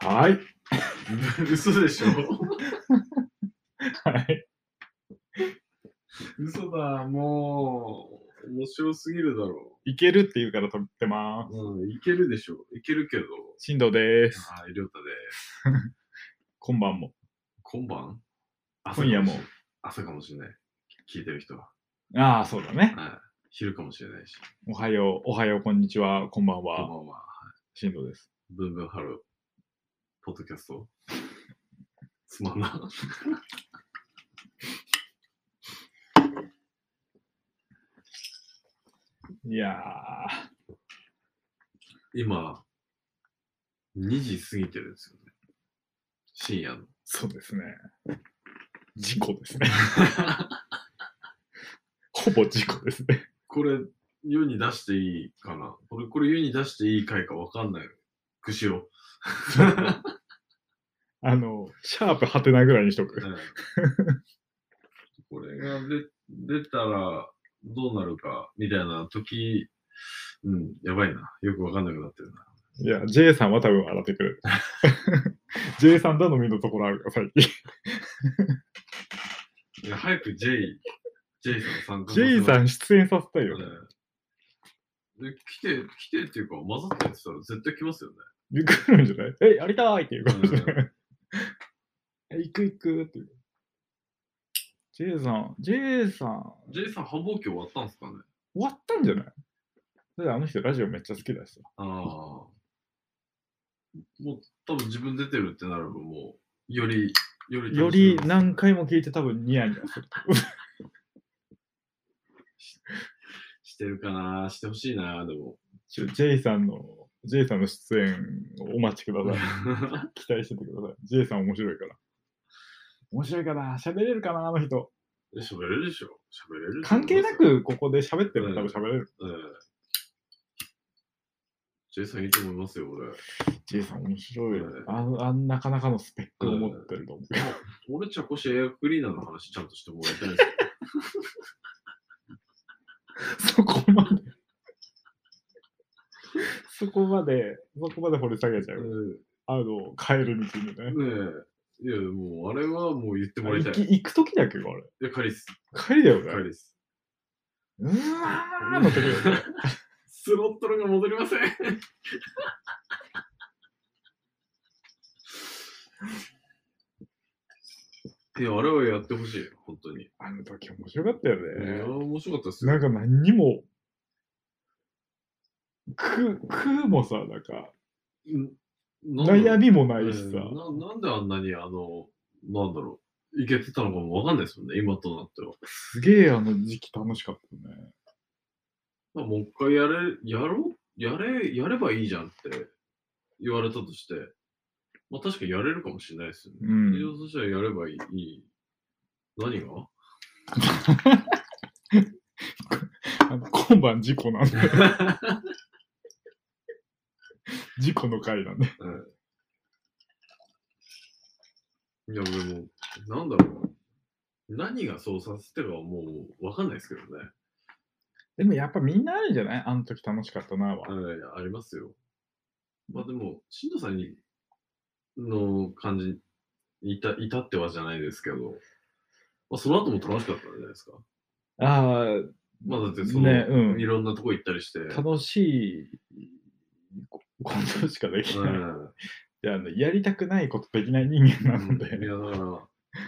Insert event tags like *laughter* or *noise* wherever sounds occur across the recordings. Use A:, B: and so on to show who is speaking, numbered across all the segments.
A: はい。
B: *laughs* 嘘でしょ
A: はい。
B: 嘘だ、もう、面白すぎるだろ
A: いけるって言うから撮ってます。
B: う。うん、いけるでしょ。いけるけど。
A: 進藤です。
B: はい、りょうたです。
A: 今晩も。
B: 今晩朝
A: 今夜も
B: かし。朝かもしれない。聞いてる人は。
A: ああ、そうだね。
B: はい。昼かもしれないし。
A: おはよう、おはよう、こんにちは、こんばん
B: こんば
A: は。
B: んは。
A: 進藤です。
B: ブンブンハロー。ポッドキャスト。つまんな。
A: いや
B: 今、2時過ぎてるんですよね。深夜の。
A: ー、そうですね。事故です *laughs* ね。ほぼ事故ですね。
B: これ、世に出していいかな俺、これ世に出していい回かわかんない。くしよう。
A: あの、シャープはてなぐらいにしとく。
B: これが出出たらどうなるかみたいな時、うん、やばいな。よくわかんなくなってるな。
A: いや、J さんは多分洗ってくれ *laughs* る。J さん頼みのところあるよ、最近。
B: いや早く J、J さん参加
A: J さ
B: ん、
A: ん出演させたいよね。
B: うんで来て、来てっていうか、混ざってやってたら絶対来ますよね。
A: で来るんじゃないえ、やりたいっていう感じで。
B: う
A: え行く行くっていう。J さん、J さん、
B: J さん、繁忙期終わったんですかね
A: 終わったんじゃないだってあの人ラジオめっちゃ好きだしさ。
B: ああ。もう、多分自分出てるってなれば、もう、より、より
A: よ
B: 楽しみ
A: り
B: ます
A: 何回も聞いて多分ニヤニヤする。
B: してるかなしてほしいなでも。 *laughs*
A: ちょ J さんの、J さんの出演をお待ちください。期待しててください。J さん面白いから。面白いかな喋れるかなあの人。
B: 喋れるでしょ喋れると思
A: 関
B: います
A: 係
B: よ
A: な。くここで喋っても多分喋れる。
B: ええ。J さんいいと思いますよ、
A: *laughs*
B: 俺。
A: J さん面白いよね
B: うん。
A: あのあんなかなかのスペックを持ってると思う。
B: 俺、茶こしエアクリーナーの話ちゃんとしてもらいたいんです
A: *laughs*
B: よ。
A: そこまで。そこまで、そこまで掘り下げちゃ *laughs* う。あの、帰る道にね。
B: ええ。いや、もう、あれはもう言ってもらいた
A: 行
B: い。
A: き
B: い
A: 行くときだけど、あれ。
B: や、カリス。
A: 帰りだよ
B: カ
A: ね。
B: リス。
A: うわーの時だよね。
B: スロットルが戻りません。いや、あれはやってほしい、本当に。い
A: あの時面白かったよ
B: や、
A: ね。
B: 面白かったっすよ。
A: なんか何にも、く、くもさ、なんか、
B: うんなんだろう
A: 悩みもないし
B: うん
A: さ。
B: ななんであんなに、あの、なんだろう、いけてたのかもわかんないですよね、今となっては。
A: すげえあの時期楽しかったよね。
B: まあもう一回やれ、やろう、やれ、やればいいじゃんって言われたとして、まあ確かにやれるかもしれないですよね。
A: うん
B: 要素としてはやればいい。いい何が
A: あの今晩事故なんで。事故の回なんで。
B: いや、でも、なんだろう。何がそうさせてるかはもうわかんないですけどね。
A: でもやっぱみんなあるんじゃないあの時楽しかったなは。
B: はい、ありますよ。まあでも、新藤さんにの感じにいた至ってはじゃないですけど、まあ、その後も楽しかったんじゃないですか。
A: ああ、
B: まあだってその、
A: ねうん
B: いろんなとこ行ったりして、
A: 楽しいこことしかでき
B: う
A: ない。
B: ん
A: であのやりたくないことできない人間なので、
B: いやだから、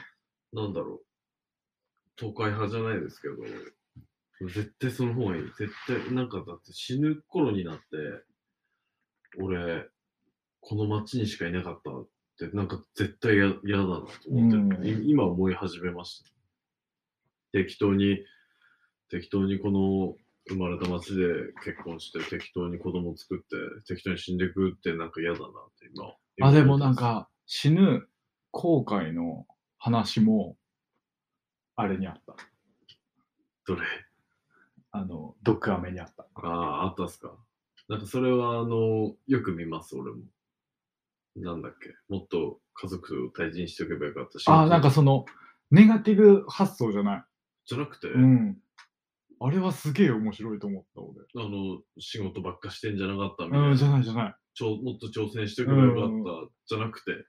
B: なんだろう、都会派じゃないですけど、絶対その方がいい。絶対、なんかだって死ぬ頃になって、俺、この町にしかいなかったって、なんか絶対や嫌だなと思って、
A: う
B: い今思い始めました。適当に、適当にこの生まれた町で結婚して、適当に子供作って、適当に死んでいくってなんか嫌だなって今。
A: *laughs* あでもなん、か死ぬ後悔の話もあれにあった
B: どれ
A: あの毒飴にあった
B: ああ、あったっすか。なんかそれは、あの、よく見ます、俺も。なんだっけ。もっと家族を大事にしておけばよかったし。
A: あなんか、そのネガティブ発想じゃない、
B: じゃなくて、
A: うんあれはすげえ面白いと思った、俺。
B: あの、仕事ばっかしてんじゃなかったみたい
A: うん、
B: な。
A: じゃないじゃない。
B: ちょもっと挑戦してくればよかった、
A: うん
B: じゃなくて、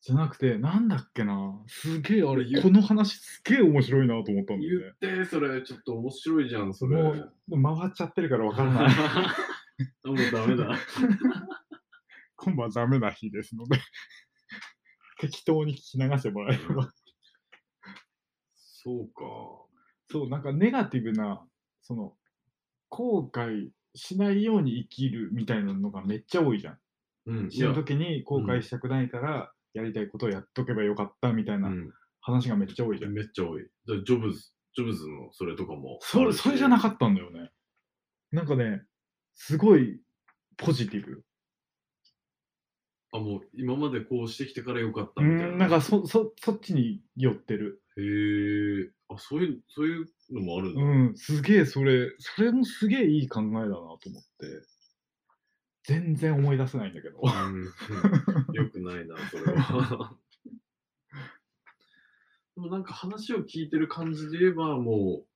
A: じゃなくて、なんだっけな。すげえ、あ
B: 俺言
A: れ、
B: う
A: この話すげえ面白いなと思ったんだ
B: 言
A: よね。
B: って、それ、ちょっと面白いじゃん、それ。
A: もうでも回っちゃってるからわから *laughs* ない。
B: *laughs* あもうダメだ。
A: 今晩ダメな日ですので、 *laughs* 適当に聞き流してもらえれば。
B: そうか。
A: そう、なんかネガティブな、その、後悔しないように生きるみたいなのがめっちゃ多いじゃん。
B: うん、い
A: 死
B: や、
A: ぬ、時に後悔したくないから、やりたいことをやっとけばよかったみたいうなん話がめっちゃ多いじゃん。
B: めっちゃ多い。だからジョブズ、ジョブズのそれとかも。
A: それ、それじゃな
B: く
A: かったんだよね。なんかね、すごいポジティブ。
B: あ、もう今までこうしてきてからよかった
A: う
B: みたいな。
A: ん、なんかそ、そ、そっちに寄ってる。
B: へえ。あ、そういう、そういうのもあるんだ。
A: うん、すげえそれ、それもすげえいい考えだなと思って。全然思い出せないんだけど。
B: うんよくないな、それは。 *laughs* でもなんか話を聞いてる感じで言えば、もう、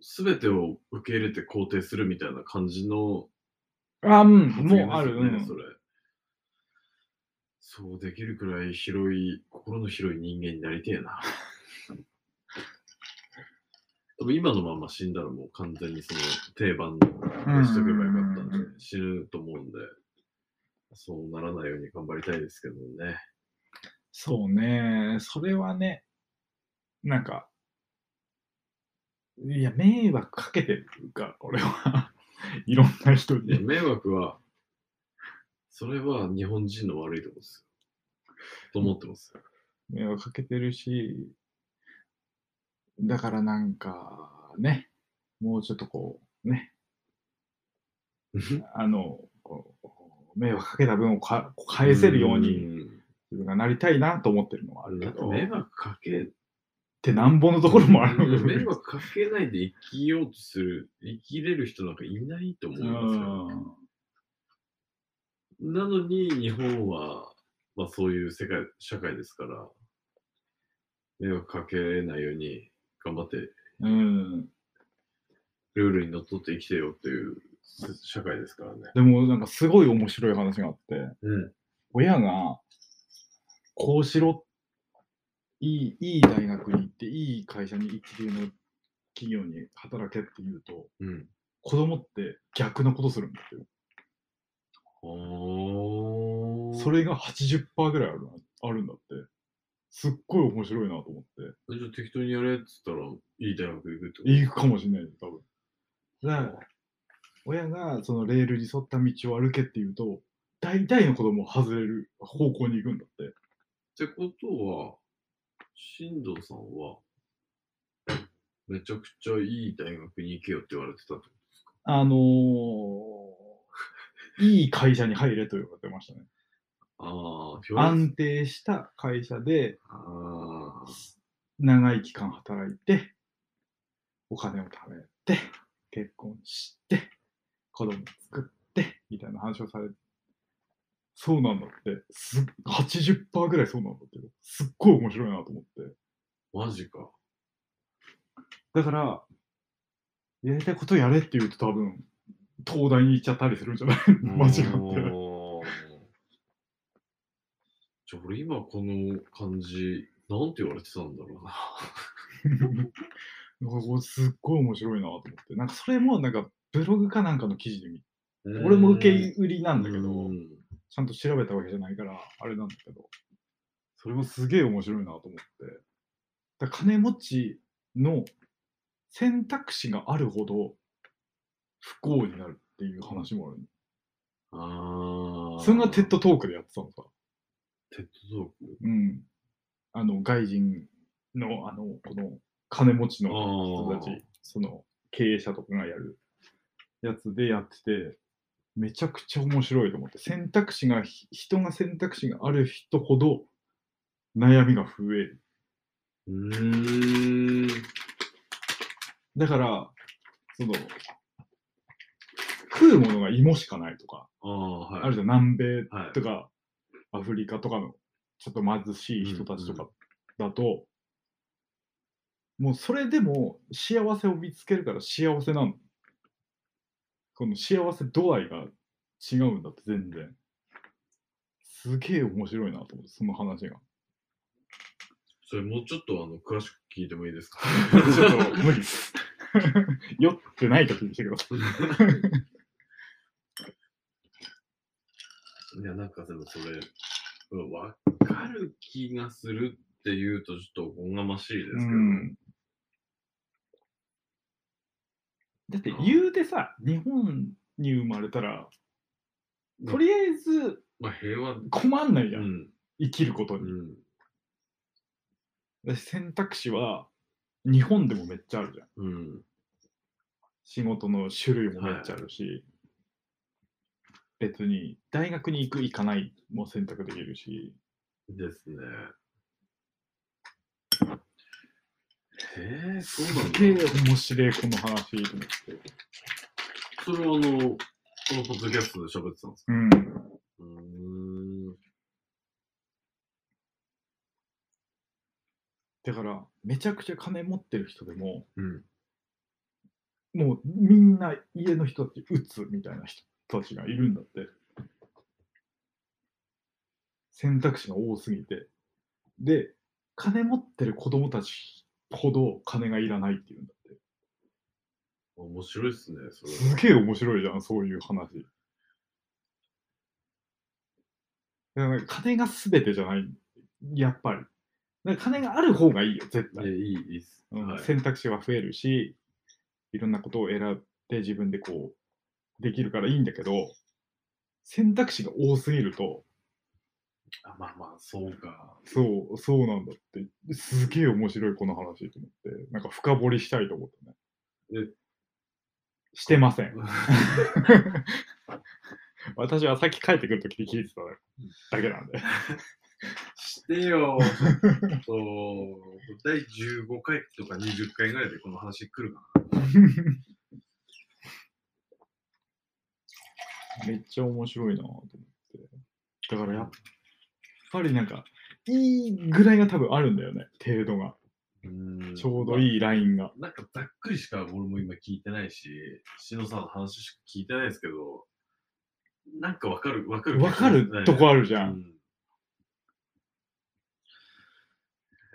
B: すべてを受け入れて肯定するみたいな感じの
A: あ、うん、
B: 発
A: も
B: 言
A: う
B: です
A: ある。
B: よ
A: う
B: ね、
A: ん
B: それ。そうできるくらい広い、心の広い人間になりて
A: *laughs*
B: えな。でも今のまま死んだらもう完全にその定番のしとけばよかったんで
A: うん、
B: 死ぬと思うんで、そうならないように頑張りたいですけどね。
A: そうね、それはね、なんか、いや、迷惑かけてるから、俺は。 *laughs* いろんな人
B: いや、
A: *laughs* に。
B: 迷惑は、それは日本人の悪いところですよ。と思ってます。
A: 迷惑かけてるし、だからなんか、ね、もうちょっとこう、ね、あの、こう迷惑かけた分をか返せるように
B: ん。
A: 自分がなりたいなと思ってるのはあるけ
B: だって
A: ど、
B: 迷
A: っ
B: 惑かけ
A: てなんぼのところもある。
B: 迷惑かけないで生きようとする、生きれる人なんかいないと思
A: う
B: いますよ。
A: ん
B: なのに、日本は、まあそういう世界、社会ですから、迷惑かけないように頑張って、
A: うん
B: ルールにのっとって生きてよっていう社会ですからね。
A: でもなんかすごい面白い話があって、
B: うん。
A: 親がこうしろ、いいいい大学に行って、いい会社に一流の企業に働けって言うと、
B: うん。
A: 子供って逆のことするんですよ。
B: おー。
A: それが80%ぐらいあるなあるんだって。すっごい面白いなと思って。
B: じゃあ適当にやれっつったら、いい大学行くってこと
A: 行くかもしれないよ、多分。だから親がそのレールに沿った道を歩けって言うと、大体の子供は外れる方向に行くんだって。
B: ってことは、進藤さんは、めちゃくちゃいい大学に行けよって言われてたってこ
A: あのー、 *laughs* いい会社に入れと言われてましたね。
B: と。ああ、ひょ
A: 安定した会社で
B: ああ、
A: 長い期間働いて、お金を貯めて、結婚して、子供作って、みたいな話をされて。そうなんだって。す80%ぐらいそうなんだって。すっごい面白いなと思って。
B: マ
A: *laughs*
B: ジか。
A: だから、やりたいことをやれって言うと多分、東大に行っちゃったりするんじゃない *laughs* 間違って。
B: おーじゃあ俺今この感じ、なんて言われてたんだろうな。
A: なんかこうすっごい面白いなと思って。なんかそれもなんかブログかなんかの記事で見俺も受け売りな
B: た
A: んだけど、ちゃんと調べたわけじゃないから、あれなんだけど、それもすげえ面白いなと思って。だから金持ちの選択肢があるほど不幸になるっていう話もある。
B: ああ。
A: それがテッドトークでやってたのさ。
B: テッドト
A: うん。あの、外人の、あの、この金持ちの人
B: ー
A: た
B: ク。
A: ち、その経営者とかがやるやつでやってて、めちゃくちゃ面白いと思って、選択肢が、ひ人が選択肢がある人ほど悩みが増える。
B: うーん。
A: だから、その、食うものが芋しかないとか、
B: ああ、はい。
A: あるじゃん、南米
B: はい
A: とか、アフリカとかの、ちょっと貧しい人たちとかだと、もうそれでも幸せを見つけるから幸せなの。この幸せ度合いが違うんだって全然。すげえ面白いなと思って、その話が。
B: それもうちょっとあの、詳しく聞いてもいいですか *laughs*
A: ちょっと無理。 *laughs* 酔ってない時にしてください。
B: いや、なんかでもそれ、うんわかる気がするっていうとちょっとおこがましいですけ
A: う
B: ど、
A: んだって言うてさ、日本に生まれたら、とりあえず
B: まあ平和、う
A: 困んないじゃん、
B: ん、
A: 生きること
B: う
A: に。
B: ん、
A: だし選択肢は日本でもめっちゃあるじゃん。
B: うん、
A: 仕事の種類もめっちゃあるし、別に大学に行く、行かないも選択できるし、
B: ですね。へえ、そうな
A: す
B: ん
A: げえ
B: だ。
A: 面白いこの話と思って。
B: それはあの、このポッドキャストで喋ってたんですか
A: うん。
B: うーん。
A: だから、めちゃくちゃ金持ってる人でも、
B: うん。
A: もうみんな家の人たち打つみたいな人たちがいるんだって。選択肢が多すぎて。で、金持ってる子供たちほど金がいらないっていうんだって。
B: 面白いですね、それ
A: す
B: は。
A: げえ面白いじゃん、そういう話。だからなんか金が全てじゃない、やっぱり。なんか金がある方がいいよ、絶対
B: え、。いい、いいっす。
A: うん
B: はい。
A: 選択肢は増えるし、いろんなことを選んで自分でこう、できるからいいんだけど、選択肢が多すぎると、
B: あまあまあ、そうか。 *laughs*
A: そう、そうなんだって、すげえ面白いこの話と思って、なんか深掘りしたいと思ってね。してません。私はさっき帰ってくるときに聞いてただけなんで。
B: してよ、ちょっと、第15回とか20回ぐらいでこの話来るか
A: めっちゃ面白いなと思って。だからやっぱりなんか、いいぐらいが多分あるんだよね、程度が。
B: な。うん
A: ちょうどいいラインが。
B: なんかざっくりしか俺も今聞いてないし、しのさんの話しか聞いてないですけど、なんかわかる、わかる。
A: わかるとこあるじ
B: う
A: ゃん。
B: ん。
A: だか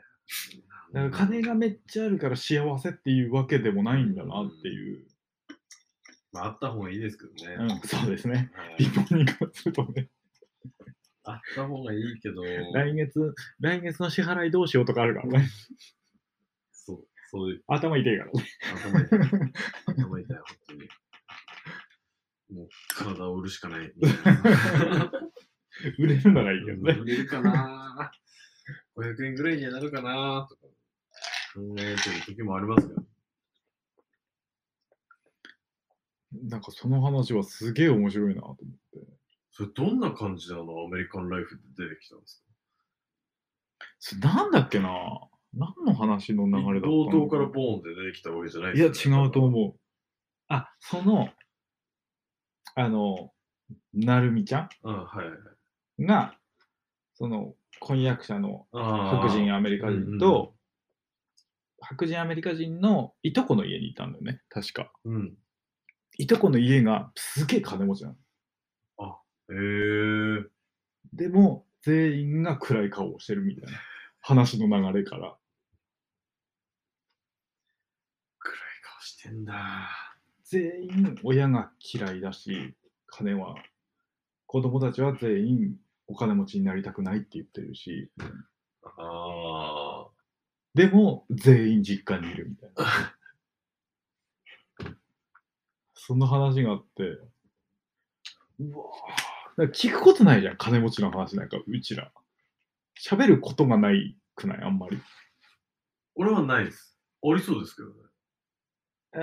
A: ら金がめっちゃあるから幸せっていうわけでもないんだなっていう。
B: まあ、あった方がいいですけどね。
A: うん、そうですね。
B: はい
A: 一本に関するとね、
B: あった方がいいけ
A: *laughs*
B: ど、
A: 来月、来月の支払いどうしようとかあるからね。 *laughs*
B: そう、そういう、
A: 頭痛いからね。
B: 頭痛い。頭痛い、本当に。もう、体を売るしかない。み *laughs* たいな
A: 売れるならいいけどね。
B: 売れるかな ?500 円ぐらいにはなるかなとか考えてる時もありますけど。
A: なんかその話はすげえ面白いなと思って。
B: それどんな感じであのアメリカンライフで出てきたんですか
A: それなんだっけな何の話の流れだったの
B: 冒頭からボーンで出てきたわけじゃない
A: いや、違うと
B: う。
A: 思う。あ、その、あの、なるみちゃ
B: うん、はいはい。
A: んが、その、婚約者の
B: あー
A: 白人アメリカ人
B: うんうん
A: と、白人アメリカ人のいとこの家にいたんだよね、確か。
B: うん。
A: いとこの家がすげえ金持ちなの。
B: へえ。
A: でも、全員が暗い顔をしてるみたいな話の流れから。
B: 暗い顔してんだ。
A: 全員親が嫌いだし、金は、子供たちは全員お金持ちになりたくないって言ってるし、
B: ああ。
A: でも全員実家にいるみたいな。 *laughs* その話があって、うわぁだから聞くことないじゃん、金持ちの話なんか、うちら。喋ることがないくない、あんまり。
B: 俺はないです。ありそうです *laughs* けどね。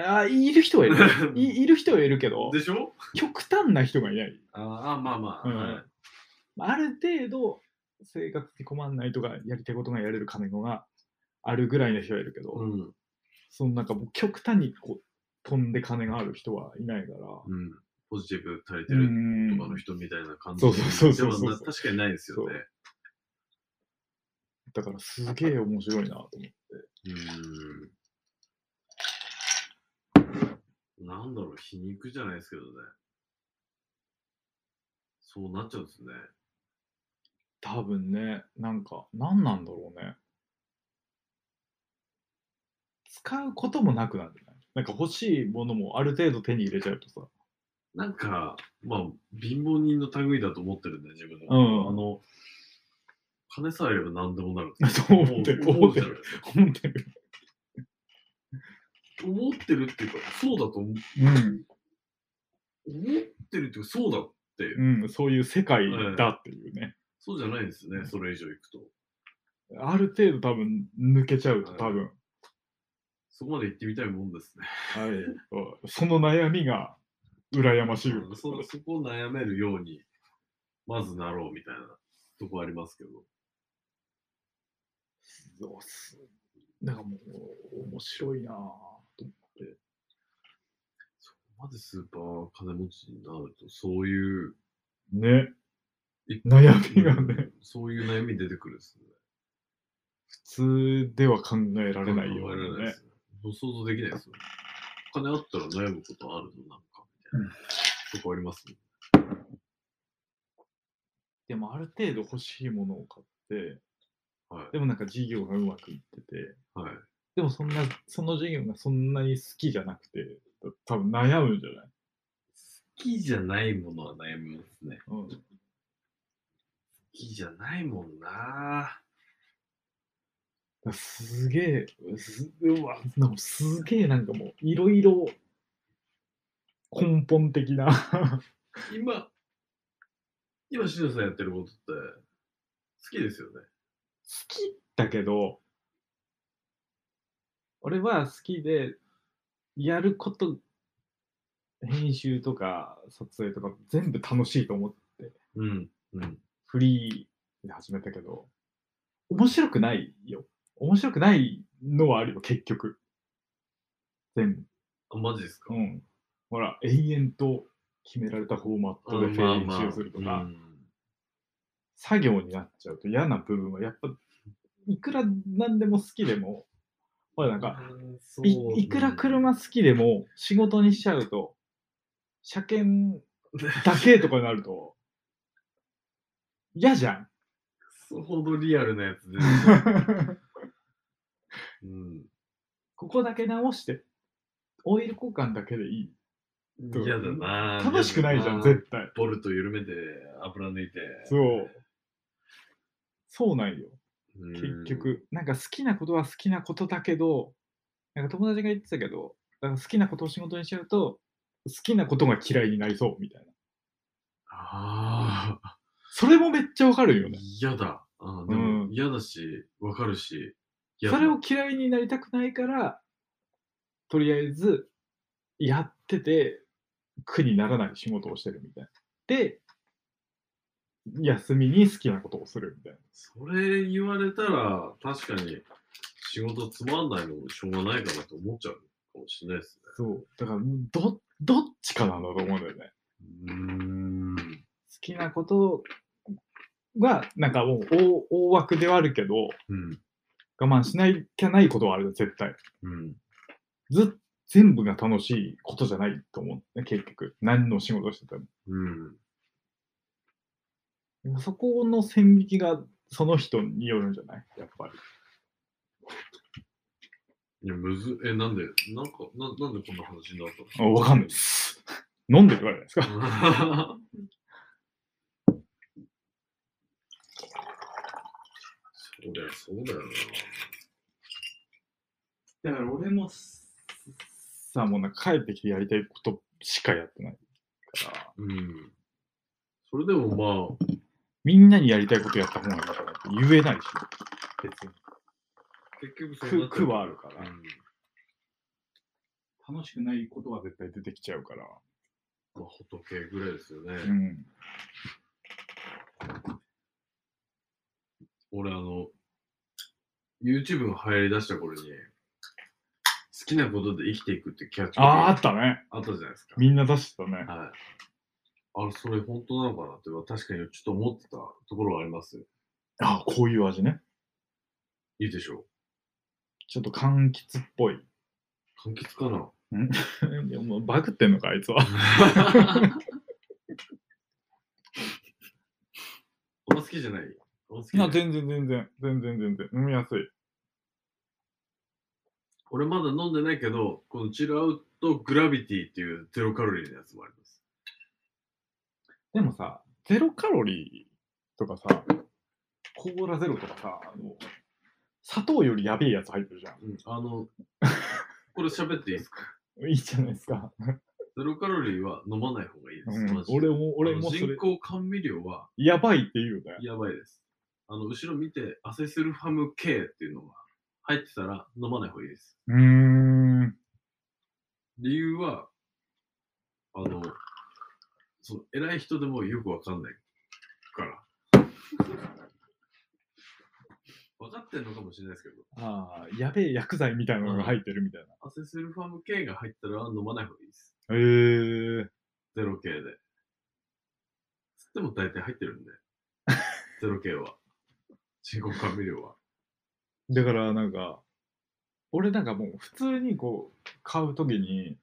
A: あいる人はいる *laughs* い。いる人はいるけど、
B: でしょ
A: 極端な人がいない。
B: ああ、まあまあ。
A: うん
B: はい
A: ある程度生活に困んないとかやりたいことがやれる金子があるぐらいの人はいるけど、
B: うん。
A: そのなんかもう極端にこう飛んで金がある人はいないから、
B: うん。ポジティブ足りて
A: う
B: る
A: ん
B: とかの人みたいな感じ
A: そうそうそうそう
B: ではな確かにないですよね。
A: だからすげえ面白いなと思って。
B: うーん。なんだろう、皮肉じゃないですけどね。そうなっちゃうんですね。
A: 多分ね、なんか、何なんだろうね。使うこともなくなるんじゃないなんか欲しいものもある程度手に入れちゃうとさ。 *laughs*
B: なんか、まあ、貧乏人の類だと思ってるんで、自分で。
A: うん
B: あの、金さえあれば何でもなる。
A: *laughs* そう思ってる
B: 思ってる。
A: 思ってる。
B: 思ってるっていうか、そうだと思
A: うん。
B: 思ってるっていうか、そうだ。
A: うん、そういう世界だっていうね。
B: そうじゃないですね、それ以上いくと。
A: ある程度多分抜けちゃうと多分、
B: そこまで行ってみたいもん
A: *laughs*
B: ですね。
A: はい、その悩みが羨ましいよ。
B: うん *laughs* そそこを悩めるように、まずなろうみたいなとこありますけど。
A: そうっすなんかもう面白いなぁと思って。
B: そこまでスーパー金持ちになると、そ
A: *laughs*
B: ういう、
A: ね
B: い。
A: 悩みがね、
B: そういう悩み出てくるですね。
A: 普通では考えられないよ
B: 考
A: う
B: えられ
A: な
B: ないで
A: ね。
B: すね。もう想像できないですよね。お金あったら悩むことあるのなんか、みたいな。そこありますね。
A: でもある程度欲しいものを買って、
B: はい。
A: でもなんか事業がうまくいってて、
B: はい。
A: でもそんな、その事業がそんなに好きじゃなくて、多分悩むんじゃない
B: 好きじゃないものは悩みますね。
A: うん。
B: 好きじゃないもんな
A: すげえ、すうわなんかすげえなんかもういろいろ根本的な
B: 今、今、しのさんやってることって、好きですよね。
A: 好きだけど俺は好きでやること編集とか撮影とか全部楽しいと思って
B: うん。うん。
A: フリーで始めたけど面白くないよ面白くないのはあるよ結局全部
B: あ、マジですか
A: うん。ほら、延々と決められたフォーマットで編集するとか、作業になっちゃうと嫌な部分は、やっぱ、いくらなんでも好きでも、ほら、なんか、いいくら車好きでも仕事にしちゃうと、車検だけとかになると、嫌じゃん。
B: そほどリアルなやつで。
A: *laughs*
B: うん。
A: ここだけ直して、オイル交換だけでいい。どう
B: 嫌だな
A: 楽しくないじゃん、
B: 嫌だな
A: 絶対。
B: ボルト緩めて、油抜いて。
A: そう。そうなんよ。
B: うん。
A: 結局、なんか好きなことは好きなことだけど、なんか友達が言ってたけど、なんか好きなことを仕事にしちゃうと、好きなことが嫌いになりそうみたいな。
B: ああ。
A: それもめっちゃわかるよね。
B: 嫌だ。あでも
A: うん
B: 嫌だし、わかるし。嫌だ
A: それを嫌いになりたくないから、とりあえずやってて、苦にならない仕事をしてるみたいな。で、休みに好きなことをするみたいな。
B: それ言われたら、確かに仕事つまんないのもしょうがないかなと思っちゃうかもしれないです
A: そう。だから、ど、どっちかなんだと思うんだよね。
B: ね。うーん。
A: 好きなことが、なんかもう大大枠ではあるけど、
B: うん。
A: 我慢しなきゃないことはあるよ、絶対。
B: うん。
A: ず全部が楽しいことじゃないと思うね、結局。何の仕事をしてても。
B: うん。
A: でもそこの線引きがその人によるんじゃないやっぱり。
B: いや、むず、え、なんで、なんか、ななんでこんな話になったの
A: あわか
B: *laughs*
A: んないです。飲んでるからじゃないですか。
B: そうだよ、そうだよ
A: だから俺もさ、もうなんか帰ってきてやりたいことしかやってないから、
B: な。うん。それでもまあ、
A: みんなにやりたいことやった方がいいからって言えないし、別に。
B: 結局そ
A: 苦苦はあ
B: る
A: るから。楽しくないことは絶対出てきちゃうから。
B: まあ、仏ぐらいですよね。
A: うん。
B: 俺、あの、YouTube が流行り出した頃に、好きなことで生きていくってキャッチコピー
A: ああ、あったね。
B: あったじゃないですか。
A: みんな出してたね。
B: はい。あれ、それ本当なのかなって、確かにちょっと思ってたところはあります。
A: ああ、こういう味ね。
B: いいでしょう。
A: ちょっと柑橘っぽい。 *laughs*
B: 柑橘かな
A: いやもうバグってんのか、あいつは。
B: あんま好きじゃないあんま好き
A: い
B: じゃ
A: や、
B: ない
A: 全然全然、全然全然、飲みやすい。
B: 俺まだ飲んでないけど、このチルアウトグラビティっていうゼロカロリーのやつもあります。
A: でもさ、ゼロカロリーとかさ、コーラゼロとかさ、あの砂糖よりやべえやつ入ってるじゃ
B: うん、
A: *laughs*
B: あの、これ喋っていいですか
A: ん。いいじゃないですか。
B: ゼロカロリーは飲まない方がいいです。
A: うん
B: マジで
A: 俺も、俺も
B: あの
A: それ
B: 人、工甘味料は
A: やばいって言うね。
B: やばいです。あの、後ろ見て、アセスルファム K っていうのが入ってたら飲まない方がいいです。
A: うーん。
B: 理由は、あの、その偉い人でもよくわかんないから。 *laughs* 分かってんのかもしれないですけど、
A: ああ、やべえ薬剤みたいなのが入ってるみたいな。
B: アセスルファム K が入ったら飲まない方がいいです。
A: へえ
B: ゼロ K で。つっても大体入ってるんで、ゼロ K は。深刻甘味料は。
A: だからなんか、俺なんかもう普通にこう、買うときに、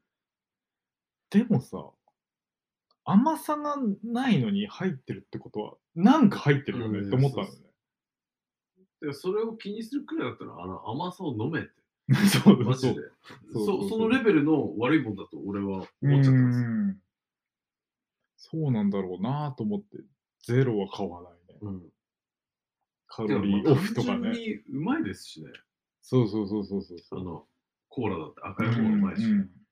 A: でもさ、甘さがないのに入ってるってことは、なんか入ってるよね
B: うん
A: って思ったのね。
B: でそれを気にするくらいだったら、あの甘さを飲めって。
A: *laughs* そう
B: マ
A: そ
B: ジで
A: う。。
B: そ
A: そう
B: そのレベルの悪いもんだと俺は思っちゃってます。
A: ん。そうなんだろうなと思って、ゼロは買わないね。
B: うん。
A: カ
B: てか
A: ロ
B: ま
A: リー
B: あ
A: オフとか
B: 単純
A: ね。
B: にうまいですしね。
A: そうそうそうそうそう
B: あ
A: そう。
B: の、コーラだって赤い方がうまいし。
A: うんうん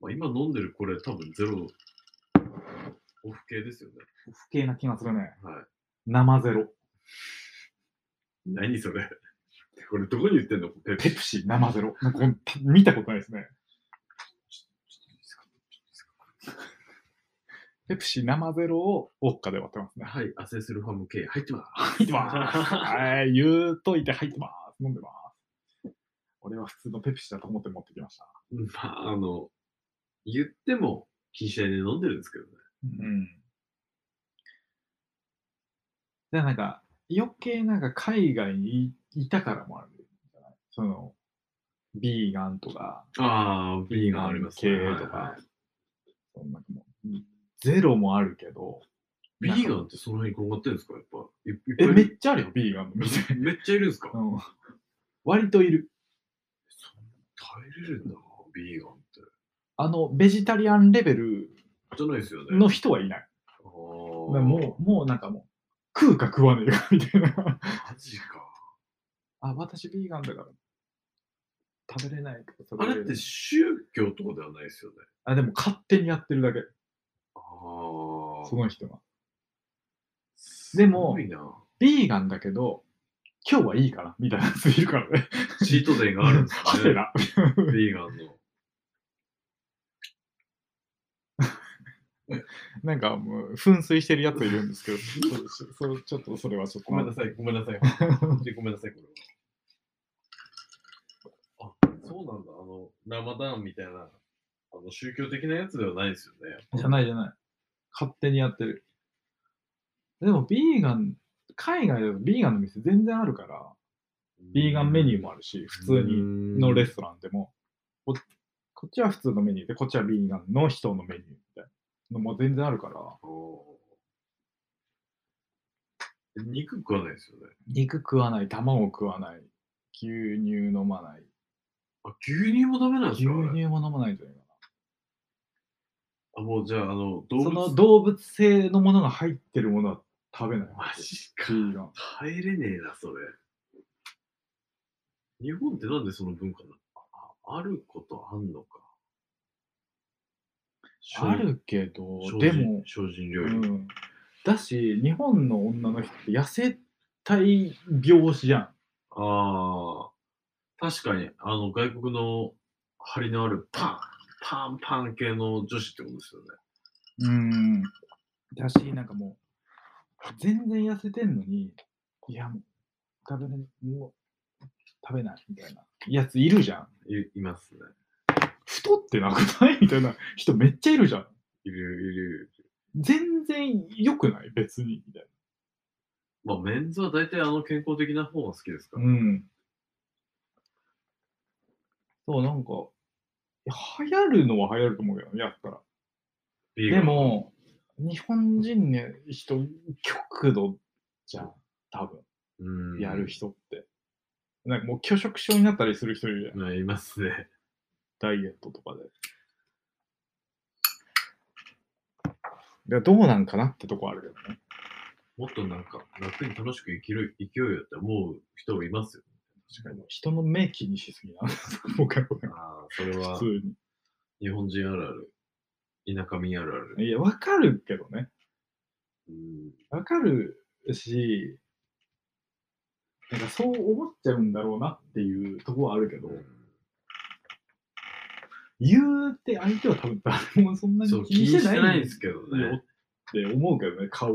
B: まあ、今飲んでるこれ多分ゼロ、オフ系ですよね。
A: 不敬な気がするね。
B: はい。
A: 生ゼロ。
B: 何それ *laughs* これどこに言ってんのペ
A: ペプシー生ゼロ。なんかこん見たことないですね。 *laughs* ペプシー生ゼロをウォッカで割って *laughs* ますね。
B: はい、アセスルファム系入って *laughs* ます。
A: 入ってます。はい、言うといて入ってます。飲んでます。俺は普通のペプシだと思って持ってきました。
B: *laughs* まあ、あの、言っても禁止剤で飲んでるんですけどね。
A: うん。じゃあなんか、余計なんか海外にいいたからもあるんじゃないその、ビーガンとか、
B: ああ、ビーガンありますね。
A: ビーガン系とか
B: はいはい
A: そんなもうゼロもあるけど。
B: ビーガ
A: なん
B: ン
A: か
B: ってその辺に転がってるんですかやっぱ。いいっ
A: え、
B: ぱいいる
A: めっちゃあるよ、ビーガンの店。
B: めっちゃいるんですか
A: うん割といる。
B: 耐えれるんだな、ビーガンって。
A: あの、ベジタリアンレベル
B: じゃないですよね。
A: の人はいない。
B: あー
A: だからもう、もうなんかもう、食うか食わねえかみたいな。
B: マジか。
A: あ、私ビーガンだから。食べれないけど、そ
B: あれって宗教とかではないですよね。
A: あ、でも勝手にやってるだけ、
B: ああ。
A: その人は。
B: で
A: で
B: も、
A: も
B: すごいな。
A: ビーガンだけど、今日はいいから、みたいなやついるからね。
B: チートデイ *laughs* があ
A: *laughs*
B: るんです
A: ハ
B: ね
A: テ。ナ。
B: ビーガンの。
A: なんかもう、噴水してるやついるんですけど、そそれちょっと、それはちょっと。
B: ごめんなさい、ごめんなさ *laughs* い。ごめんなさい、これは。あ、そうなんだ。あの、ラマダーンみたいな、あの、宗教的なやつではないですよね。
A: じゃないじゃない。勝手にやってる。でも、ビーガン、海外だとビーガンの店全然あるから、ビーガンメニューもあるし、普通に
B: に
A: のレ
B: ス。
A: ストランでも、ここっちは普通のメニューで、こっちはビーガンの人のメニューみたいなのも全然あるから、
B: おー肉食わないですよね。
A: 肉食わない、卵食わない、牛乳飲まない、
B: あ、牛乳もダメなんで
A: 牛
B: す
A: 乳
B: かあれ
A: も飲まないんじゃないか
B: あ、もうじゃあ、あの、動
A: な。
B: 物。
A: その動物性のものが入ってるものは食べない。
B: マジか
A: ビ。ーガン。
B: 耐えれねえな、それ。日本ってなんでその文化なのああることあんのか。
A: あるけど
B: 精進、
A: でも、
B: 精進料理。
A: うん、だし日本の女の人って痩せたい病死じゃん
B: ああ。確かに、あの、外国の張りのあるパン、パンパン系の女子ってことですよね。
A: うんだしなんかもう全然痩せてんのにいやもう食べれもう食べないみたいなやついるじゃん
B: いいますね。
A: 太ってなくないみたいな *laughs* 人めっちゃいるじゃん
B: いる、いる。
A: 全然良くない別にみたい
B: まあ、メンズは大体あの健康的な方が好きですか
A: な
B: ら。
A: うんそう、なんか、いや流行るのは流行ると思うけどね、やったら。
B: ビーガ
A: で
B: ン。
A: も、日本人の人、極度じゃん、多分、
B: うん、
A: やる人って。なんかもう拒食症になったりする人いるじゃん。
B: まあ、いますね。 *laughs*
A: ダイエットとかで。いやどうなんかなってとこあるけどね。
B: もっとなんか、楽に楽しく生きる、生きようよって思う人もいますよ。
A: 確かに。人の目気にしすぎな。 *laughs* 僕はこれ
B: ああ、それ
A: 普
B: は
A: 通
B: 日本人あるある。田舎民あるある。
A: に。いや、わかるけどね。
B: うん。
A: わかるし、なんかそう思っちゃうんだろうなっていうとこはあるけど、言うて相手は多分誰もそんな
B: そ
A: に
B: う、
A: 気
B: 気
A: に
B: に
A: し
B: してて
A: な
B: ないい
A: ん
B: ん
A: で
B: ですすけど
A: よっ
B: ね。
A: て思うけどね、顔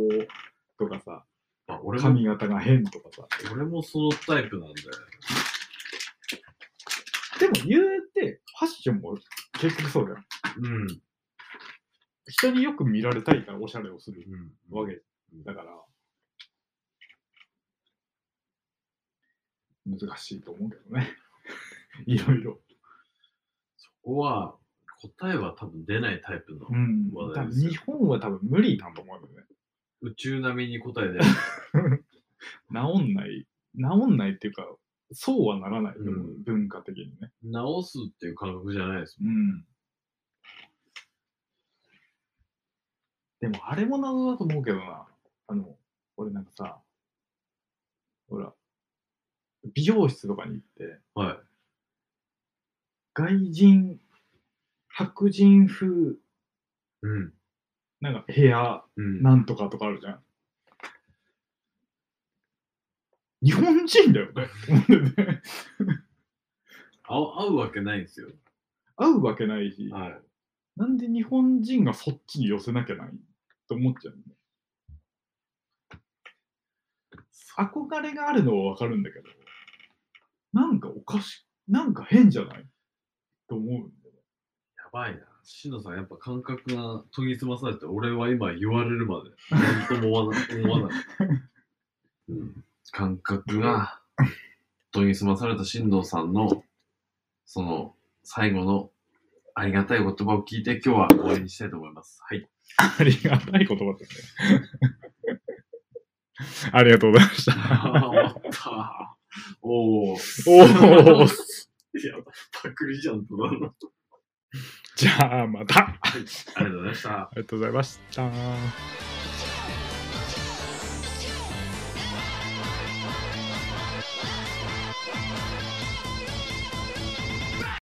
A: とかさ、
B: まあ、俺も、
A: 髪型が変とかさ。
B: 俺もそのタイプなんで。
A: でも言うて、ファッションも結局そうだよ。
B: うん。
A: 人によく見られたいからおしゃれをする
B: うん。
A: わけだから、難しいと思うけどね。 *laughs* いろいろ。
B: そこは、答えは多分出ないタイプの
A: う。ん
B: 話。
A: 多
B: 題
A: 分
B: ですよ
A: 日本は多分無理だと思うよね。
B: 宇宙並みに答え出ない。
A: 治んない、治んないっていうか、そうはならないと思う、
B: うん
A: 文化的にね。
B: *laughs* 直すっていう感覚じゃないです
A: うん。でも、あれも謎だと思うけどな。あの、俺なんかさ、ほら、美容室とかに行って、
B: もん。はい。
A: 外人、白人風、
B: うん。
A: なんかヘア、
B: うん。
A: なんとかとかあるじゃん。日本人だよね。 *laughs*
B: あ合うわけないんですよ。
A: 合うわけないし、
B: はい。
A: なんで日本人がそっちに寄せなきゃないと思っちゃう、ね、憧れがあるのはわかるんだけど、なんかおかし、なんか変じゃないと思うんだよね。
B: やばいな。しのさん、やっぱ感覚が研ぎ澄まされて、俺は今言われるまで、何とも思わな思わない。うん、感覚が研ぎ澄まされた進藤さんの、その、最後のありがたい言葉を聞いて、今日は終わりにしたいと思います。はい。
A: ありがたい言葉ですね。 *laughs* ありがとうございまし *laughs*
B: 終わった。おお。
A: おお
B: いや、パクリじゃんとなるな。
A: じゃあまた
B: ありがとうございました。
A: ありがとうございました。